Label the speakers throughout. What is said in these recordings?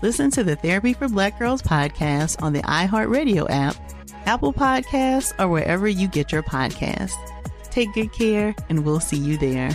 Speaker 1: Listen to the Therapy for Black Girls podcast on the iHeartRadio app, Apple Podcasts, or wherever you get your podcasts. Take good care, and we'll see you there.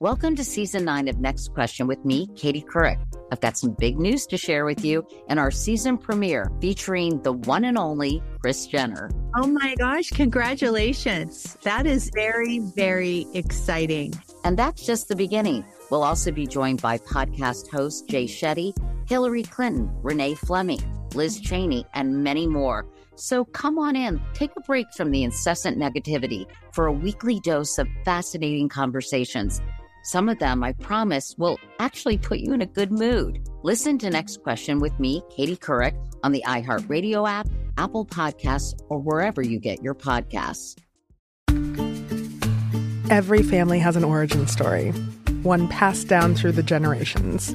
Speaker 2: Welcome to season nine of Next Question with me, Katie Couric. I've got some big news to share with you and our season premiere featuring the one and only Chris Jenner.
Speaker 3: Oh my gosh, congratulations. That is very, very exciting.
Speaker 2: And that's just the beginning. We'll also be joined by podcast host Jay Shetty, Hillary Clinton, Renee Fleming, Liz Cheney, and many more. So come on in, take a break from the incessant negativity for a weekly dose of fascinating conversations. Some of them, I promise, will actually put you in a good mood. Listen to Next Question with me, Katie Couric, on the iHeartRadio app, Apple Podcasts, or wherever you get your podcasts.
Speaker 4: Every family has an origin story, one passed down through the generations.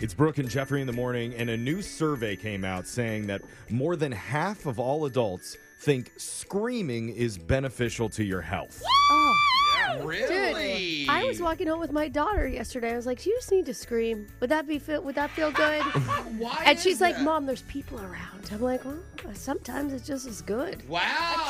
Speaker 5: It's Brooke and Jeffrey in the morning, and a new survey came out saying that more than half of all adults think screaming is beneficial to your health.
Speaker 6: Really?
Speaker 7: I was walking home with my daughter yesterday. I was like, "You just need to scream. Would that be feel? Would that feel good?"
Speaker 6: Why
Speaker 7: and
Speaker 6: is
Speaker 7: she's like,
Speaker 6: that?
Speaker 7: "Mom, there's people around." I'm like, "Well, sometimes it's just as good."
Speaker 6: Wow.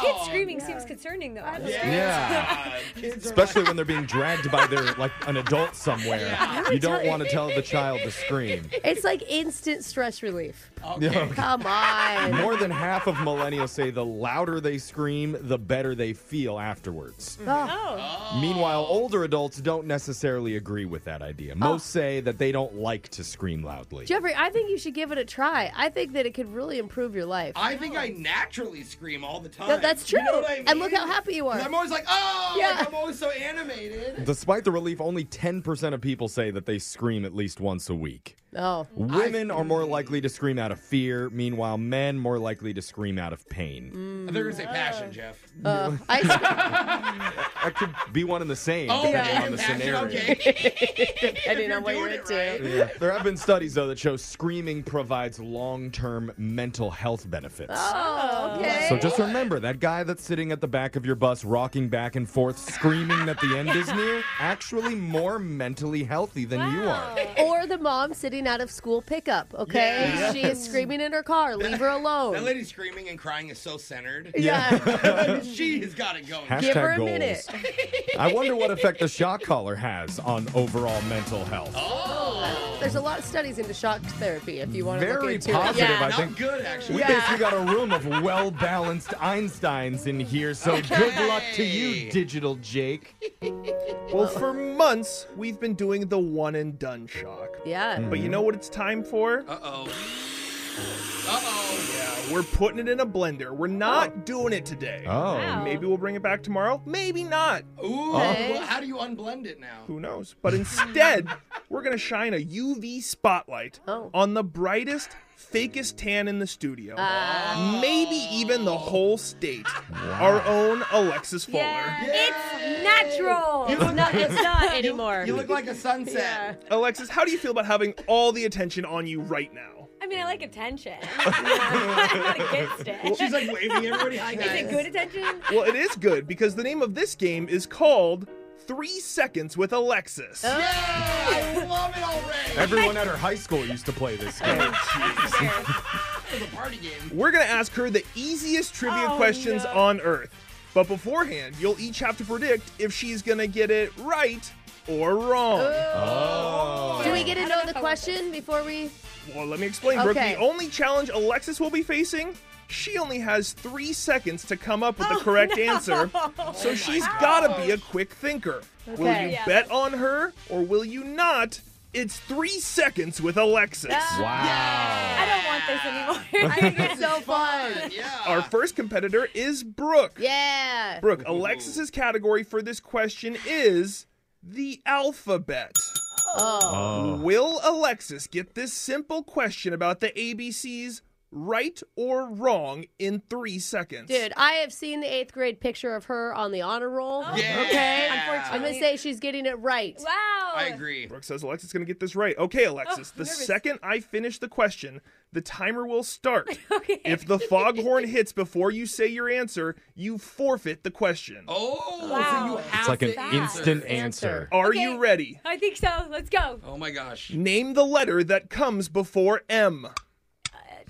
Speaker 8: Kid screaming seems concerning though.
Speaker 5: Yeah.
Speaker 6: Kids are
Speaker 5: Especially when they're being dragged by their like an adult somewhere. You don't want to tell the child to scream.
Speaker 7: It's like instant stress relief.
Speaker 6: like,
Speaker 5: Yeah,
Speaker 6: okay.
Speaker 5: okay.
Speaker 7: Come on.
Speaker 5: More than half of millennials say the louder they scream, the better they feel afterwards.
Speaker 7: Oh,
Speaker 5: Meanwhile, older adults don't necessarily agree with that idea. Most
Speaker 6: Oh.
Speaker 5: say that they don't like to scream loudly.
Speaker 7: Jeffrey, I think you should give it a try. I think that it could really improve your life.
Speaker 6: I think I naturally scream all the time.
Speaker 7: Th- that's true.
Speaker 6: You know what I mean?
Speaker 7: And look how happy you are.
Speaker 6: I'm always like, oh,
Speaker 7: Yeah.
Speaker 6: like, I'm always so animated.
Speaker 5: Despite the relief, only 10% of people say that they scream at least once a week.
Speaker 7: oh.
Speaker 5: Women are more likely to scream out of fear, meanwhile, men more likely to scream out of pain.
Speaker 7: Mm.
Speaker 6: They're gonna say
Speaker 5: Mm.
Speaker 6: passion, Jeff.
Speaker 7: Uh, I,
Speaker 5: That could be one and the same,
Speaker 6: oh,
Speaker 5: depending
Speaker 6: yeah.
Speaker 5: on the
Speaker 6: passion,
Speaker 5: scenario.
Speaker 6: okay.
Speaker 7: I didn't know what you were
Speaker 6: doing it
Speaker 7: into.
Speaker 6: right.
Speaker 5: Yeah. There have been studies, though, that show screaming provides long term mental health benefits.
Speaker 7: Oh, okay.
Speaker 5: So just remember that guy that's sitting at the back of your bus, rocking back and forth, screaming that the end is near, actually more mentally healthy than you
Speaker 7: Oh,
Speaker 5: are.
Speaker 7: or the mom sitting out of school pickup, okay?
Speaker 6: Yeah.
Speaker 7: She is screaming in her car. Leave her alone.
Speaker 6: That lady screaming and crying is so centered.
Speaker 7: yeah.
Speaker 6: she has got it going.
Speaker 5: Hashtag
Speaker 7: Give her a
Speaker 5: goals.
Speaker 7: minute.
Speaker 5: I wonder what effect the shock collar has on overall mental health.
Speaker 7: There's a lot of studies into shock therapy if you want to look
Speaker 5: Very
Speaker 7: into
Speaker 5: positive,
Speaker 7: it.
Speaker 5: I
Speaker 6: Not
Speaker 5: think.
Speaker 6: good, actually.
Speaker 5: We basically got a room of well balanced Einsteins in here, so good luck to you, digital Jake.
Speaker 9: Well, for months, we've been doing the one and done shock.
Speaker 7: Yeah. Yeah.
Speaker 9: But you know what it's time for?
Speaker 6: Uh oh. Uh oh.
Speaker 9: We're putting it in a blender. We're not doing it today.
Speaker 5: Oh.
Speaker 8: Wow.
Speaker 9: Maybe we'll bring it back tomorw. Maybe not.
Speaker 6: Ooh.
Speaker 7: Okay.
Speaker 6: well, how do you unblend it now?
Speaker 9: Who knows? But instead, we're going to shine a UV spotlight
Speaker 7: Oh.
Speaker 9: on the brightest, fakest tan in the studio. Maybe even the whole state. Our own Alexis Fuller.
Speaker 8: Yeah. It's natural. It's not, it's not anymore.
Speaker 6: You look like a sunset.
Speaker 9: Alexis, how do you feel about having all the attention on you right now?
Speaker 8: I mean, I like attention. I'm not against it.
Speaker 6: She's like waving everybody. Hi,
Speaker 8: Is
Speaker 6: guys.
Speaker 8: it good attention?
Speaker 9: Well, it is good because the name of this game is called Three Seconds with Alexis.
Speaker 6: Yeah,
Speaker 7: Oh.
Speaker 6: I love it already.
Speaker 5: Everyone at our high school used to play this game.
Speaker 8: Sure.
Speaker 6: game.
Speaker 9: We're going to ask her the easiest trivia
Speaker 6: Oh,
Speaker 9: questions
Speaker 6: no.
Speaker 9: on Earth. But beforehand, you'll each have to predict if she's going to get it right or wrong.
Speaker 7: Do we get to know the question before we?
Speaker 9: Well, let me explain, Brooke.
Speaker 7: Okay.
Speaker 9: The only challenge Alexis will be facing, she only has three seconds to come up with the correct
Speaker 7: Oh, no.
Speaker 9: answer. So
Speaker 7: Oh
Speaker 9: she's
Speaker 7: my
Speaker 9: gotta be a quick thinker. Will
Speaker 7: Okay.
Speaker 9: you
Speaker 7: Yeah.
Speaker 9: bet on her or will you not? It's three seconds with Alexis.
Speaker 7: Ah.
Speaker 8: Wow. I don't want this anymore. I think it's so fun. Yeah.
Speaker 9: Our first competitor is Brooke.
Speaker 7: Ah. Yeah.
Speaker 9: Brooke, Alexis's category for this question is the alphabet.
Speaker 7: Oh.
Speaker 9: Will Alexis get this simple question about the ABCs right or wrong in three seconds?
Speaker 7: Dude, I have seen the eighth grade picture of her on the honor roll.
Speaker 9: Oh. Yeah.
Speaker 7: Okay.
Speaker 9: Unfortunately.
Speaker 7: I'm gonna say she's getting it right.
Speaker 8: Wow.
Speaker 9: I
Speaker 6: agree.
Speaker 9: Brooke says Alexis is going to get this right. Okay,
Speaker 7: Oh,
Speaker 9: Alexis, the second I finish the question, the timer will start. If the foghorn hits before you say your answer, you forfeit the question.
Speaker 6: Oh,
Speaker 8: Wow.
Speaker 5: It's like an instant answer.
Speaker 9: Are you ready?
Speaker 8: I think so. Let's go.
Speaker 6: Oh my gosh.
Speaker 9: Name the letter that comes before M.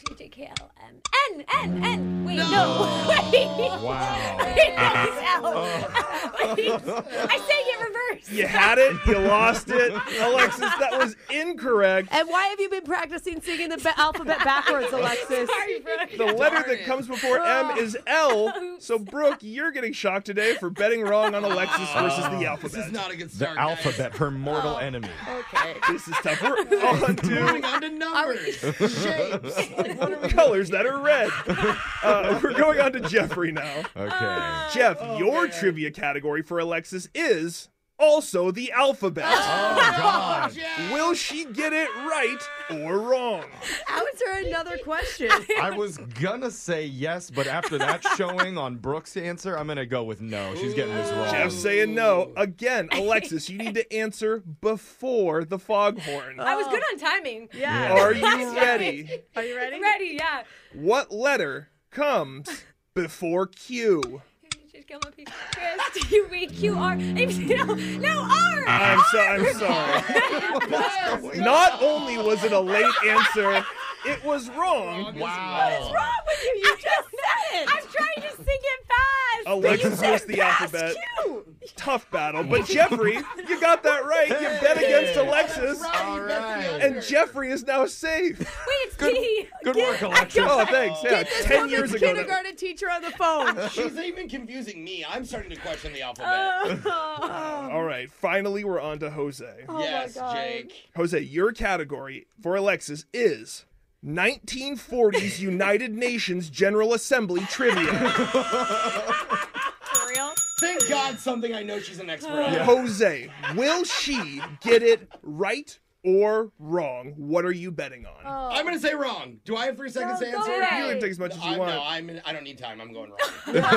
Speaker 8: J-J-K-L-M. N, N, N. Wait, no. Wait.
Speaker 9: Wow.
Speaker 8: Wait, that is L. Wait. I sang it reverse.
Speaker 9: You had it, you lost it. Alexis, that was incorrect.
Speaker 7: And why have you been practicing singing the ba- alphabet backwards, Alexis?
Speaker 8: Sorry, Brooke.
Speaker 9: The letter that comes before M is L. So, Brooke, you're getting shocked today for betting wrong on Alexis versus the alphabet. This is
Speaker 6: not a good
Speaker 5: The alphabet, her mortal enemy.
Speaker 7: Okay.
Speaker 9: This is tough. We're on to
Speaker 6: Moving on to numbers. Shapes.
Speaker 9: colors that are red. Uh, we're going on to Jeffrey now.
Speaker 5: Okay.
Speaker 9: Jeff, your trivia category for Alexis is also the alphabet.
Speaker 5: God.
Speaker 9: Will she get it right or wrong?
Speaker 7: How is there another question?
Speaker 5: I was gonna say yes, but after that showing on Brooke's answer, I'm gonna go with no. She's getting this wrong.
Speaker 9: Jeff saying no. Again, Alexis, you need to answer before the foghorn.
Speaker 8: I was good on timing.
Speaker 5: Yeah.
Speaker 9: Are you ready?
Speaker 7: Are you ready?
Speaker 8: Ready, yeah.
Speaker 9: What letter comes before Q?
Speaker 8: Q-U-E-Q-R. No, no, R.
Speaker 9: I'm so I'm sorry. Not only was it a late answer, it was wrong.
Speaker 8: What's wrong with you? You just said it. I'm trying to sing it fast.
Speaker 9: Alexis missed the alphabet.
Speaker 8: Q.
Speaker 9: Tough battle, but Jeffrey, you got that right. You bet against Alexis,
Speaker 5: All right.
Speaker 9: and Jeffrey is now safe.
Speaker 8: Wait, it's P.
Speaker 5: Good work, Alexis.
Speaker 9: Oh, thanks. Yeah,
Speaker 7: Get this
Speaker 9: ten
Speaker 7: woman
Speaker 9: years ago. that-
Speaker 7: kindergarten teacher on the phone.
Speaker 6: She's even confusing me. I'm starting to question the alphabet.
Speaker 5: Oh,
Speaker 9: All right, finally we're on to Jose.
Speaker 6: yes, Jake.
Speaker 9: Jose, your category for Alexis is 1940s United Nations General Assembly trivia.
Speaker 8: For real?
Speaker 6: Thank God something I know she's an expert on.
Speaker 9: Jose, will she get it right or wrong? What are you betting on?
Speaker 5: Oh.
Speaker 6: I'm gonna say wrong. Do I have three seconds to
Speaker 8: go
Speaker 6: answer?
Speaker 8: away.
Speaker 9: You can take as much as you
Speaker 6: I,
Speaker 9: want.
Speaker 6: No, I'm in, I don't need time. I'm going wrong.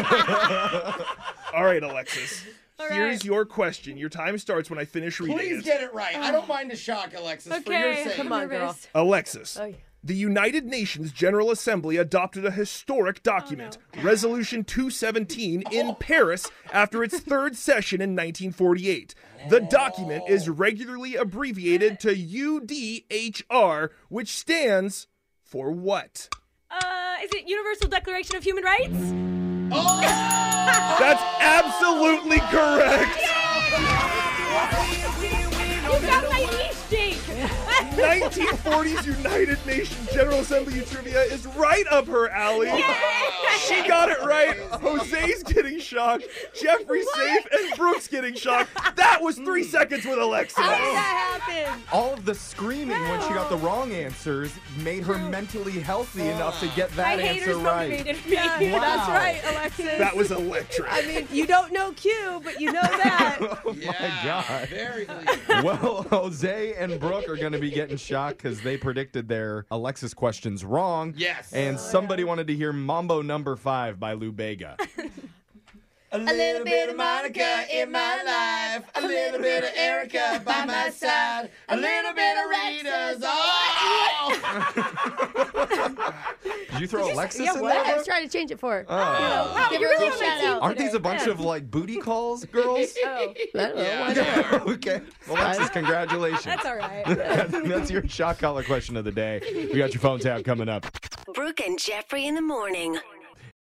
Speaker 9: All right, Alexis.
Speaker 8: right.
Speaker 9: Here's your question. Your time starts when I finish reading
Speaker 6: Please
Speaker 9: it.
Speaker 6: get it right. I don't mind a shock, Alexis, for your
Speaker 8: Okay.
Speaker 6: sake.
Speaker 7: Come on, girl.
Speaker 8: Nervous.
Speaker 9: Alexis.
Speaker 7: Oh, yeah.
Speaker 9: The United Nations General Assembly adopted a
Speaker 7: Oh,
Speaker 9: historic document, Resolution 217, in Paris after its third session in 1948. The document is regularly abbreviated to UDHR, which stands for what?
Speaker 8: Uh, is it Universal Declaration of Human Rights?
Speaker 9: That's absolutely correct!
Speaker 8: You got my niche, Jake.
Speaker 9: 1940s United Nations General Assembly trivia is right up her alley. She got it right. Jose's getting shocked. Jeffrey's safe, and Brooke's getting shocked. That was three seconds with Alexa.
Speaker 7: That happened.
Speaker 5: All of the screaming when she got the wrong answers made her mentally healthy enough to get
Speaker 8: My
Speaker 5: that answer
Speaker 8: haters
Speaker 5: right.
Speaker 8: motivated me.
Speaker 5: Wow.
Speaker 7: That's right, Alexis.
Speaker 9: That was electric.
Speaker 7: I mean, you don't know Q, but you know that.
Speaker 5: Oh my god.
Speaker 6: Very good.
Speaker 5: well, Jose and Brooke are going to be getting shocked because they predicted their Alexis questions wrong.
Speaker 6: Yes.
Speaker 5: And somebody wanted to hear Mambo Number Five by Lou Bega.
Speaker 6: A little bit of Monica in my life. A little bit of Erica by my side. A little bit of Rita's Oh. all.
Speaker 5: Did you throw Alexis
Speaker 7: yeah,
Speaker 5: in
Speaker 7: what? I
Speaker 5: there?
Speaker 7: was trying to change it for her.
Speaker 5: Oh.
Speaker 7: wow, Give her a big shout out.
Speaker 5: Aren't these a bunch of like booty calls, girls?
Speaker 7: I don't know.
Speaker 6: Yeah.
Speaker 5: okay. Alexis, congratulations.
Speaker 8: That's all right.
Speaker 5: That's your shock collar question of the day. We got your phone tab coming up.
Speaker 10: Brooke and Jeffrey in the morning.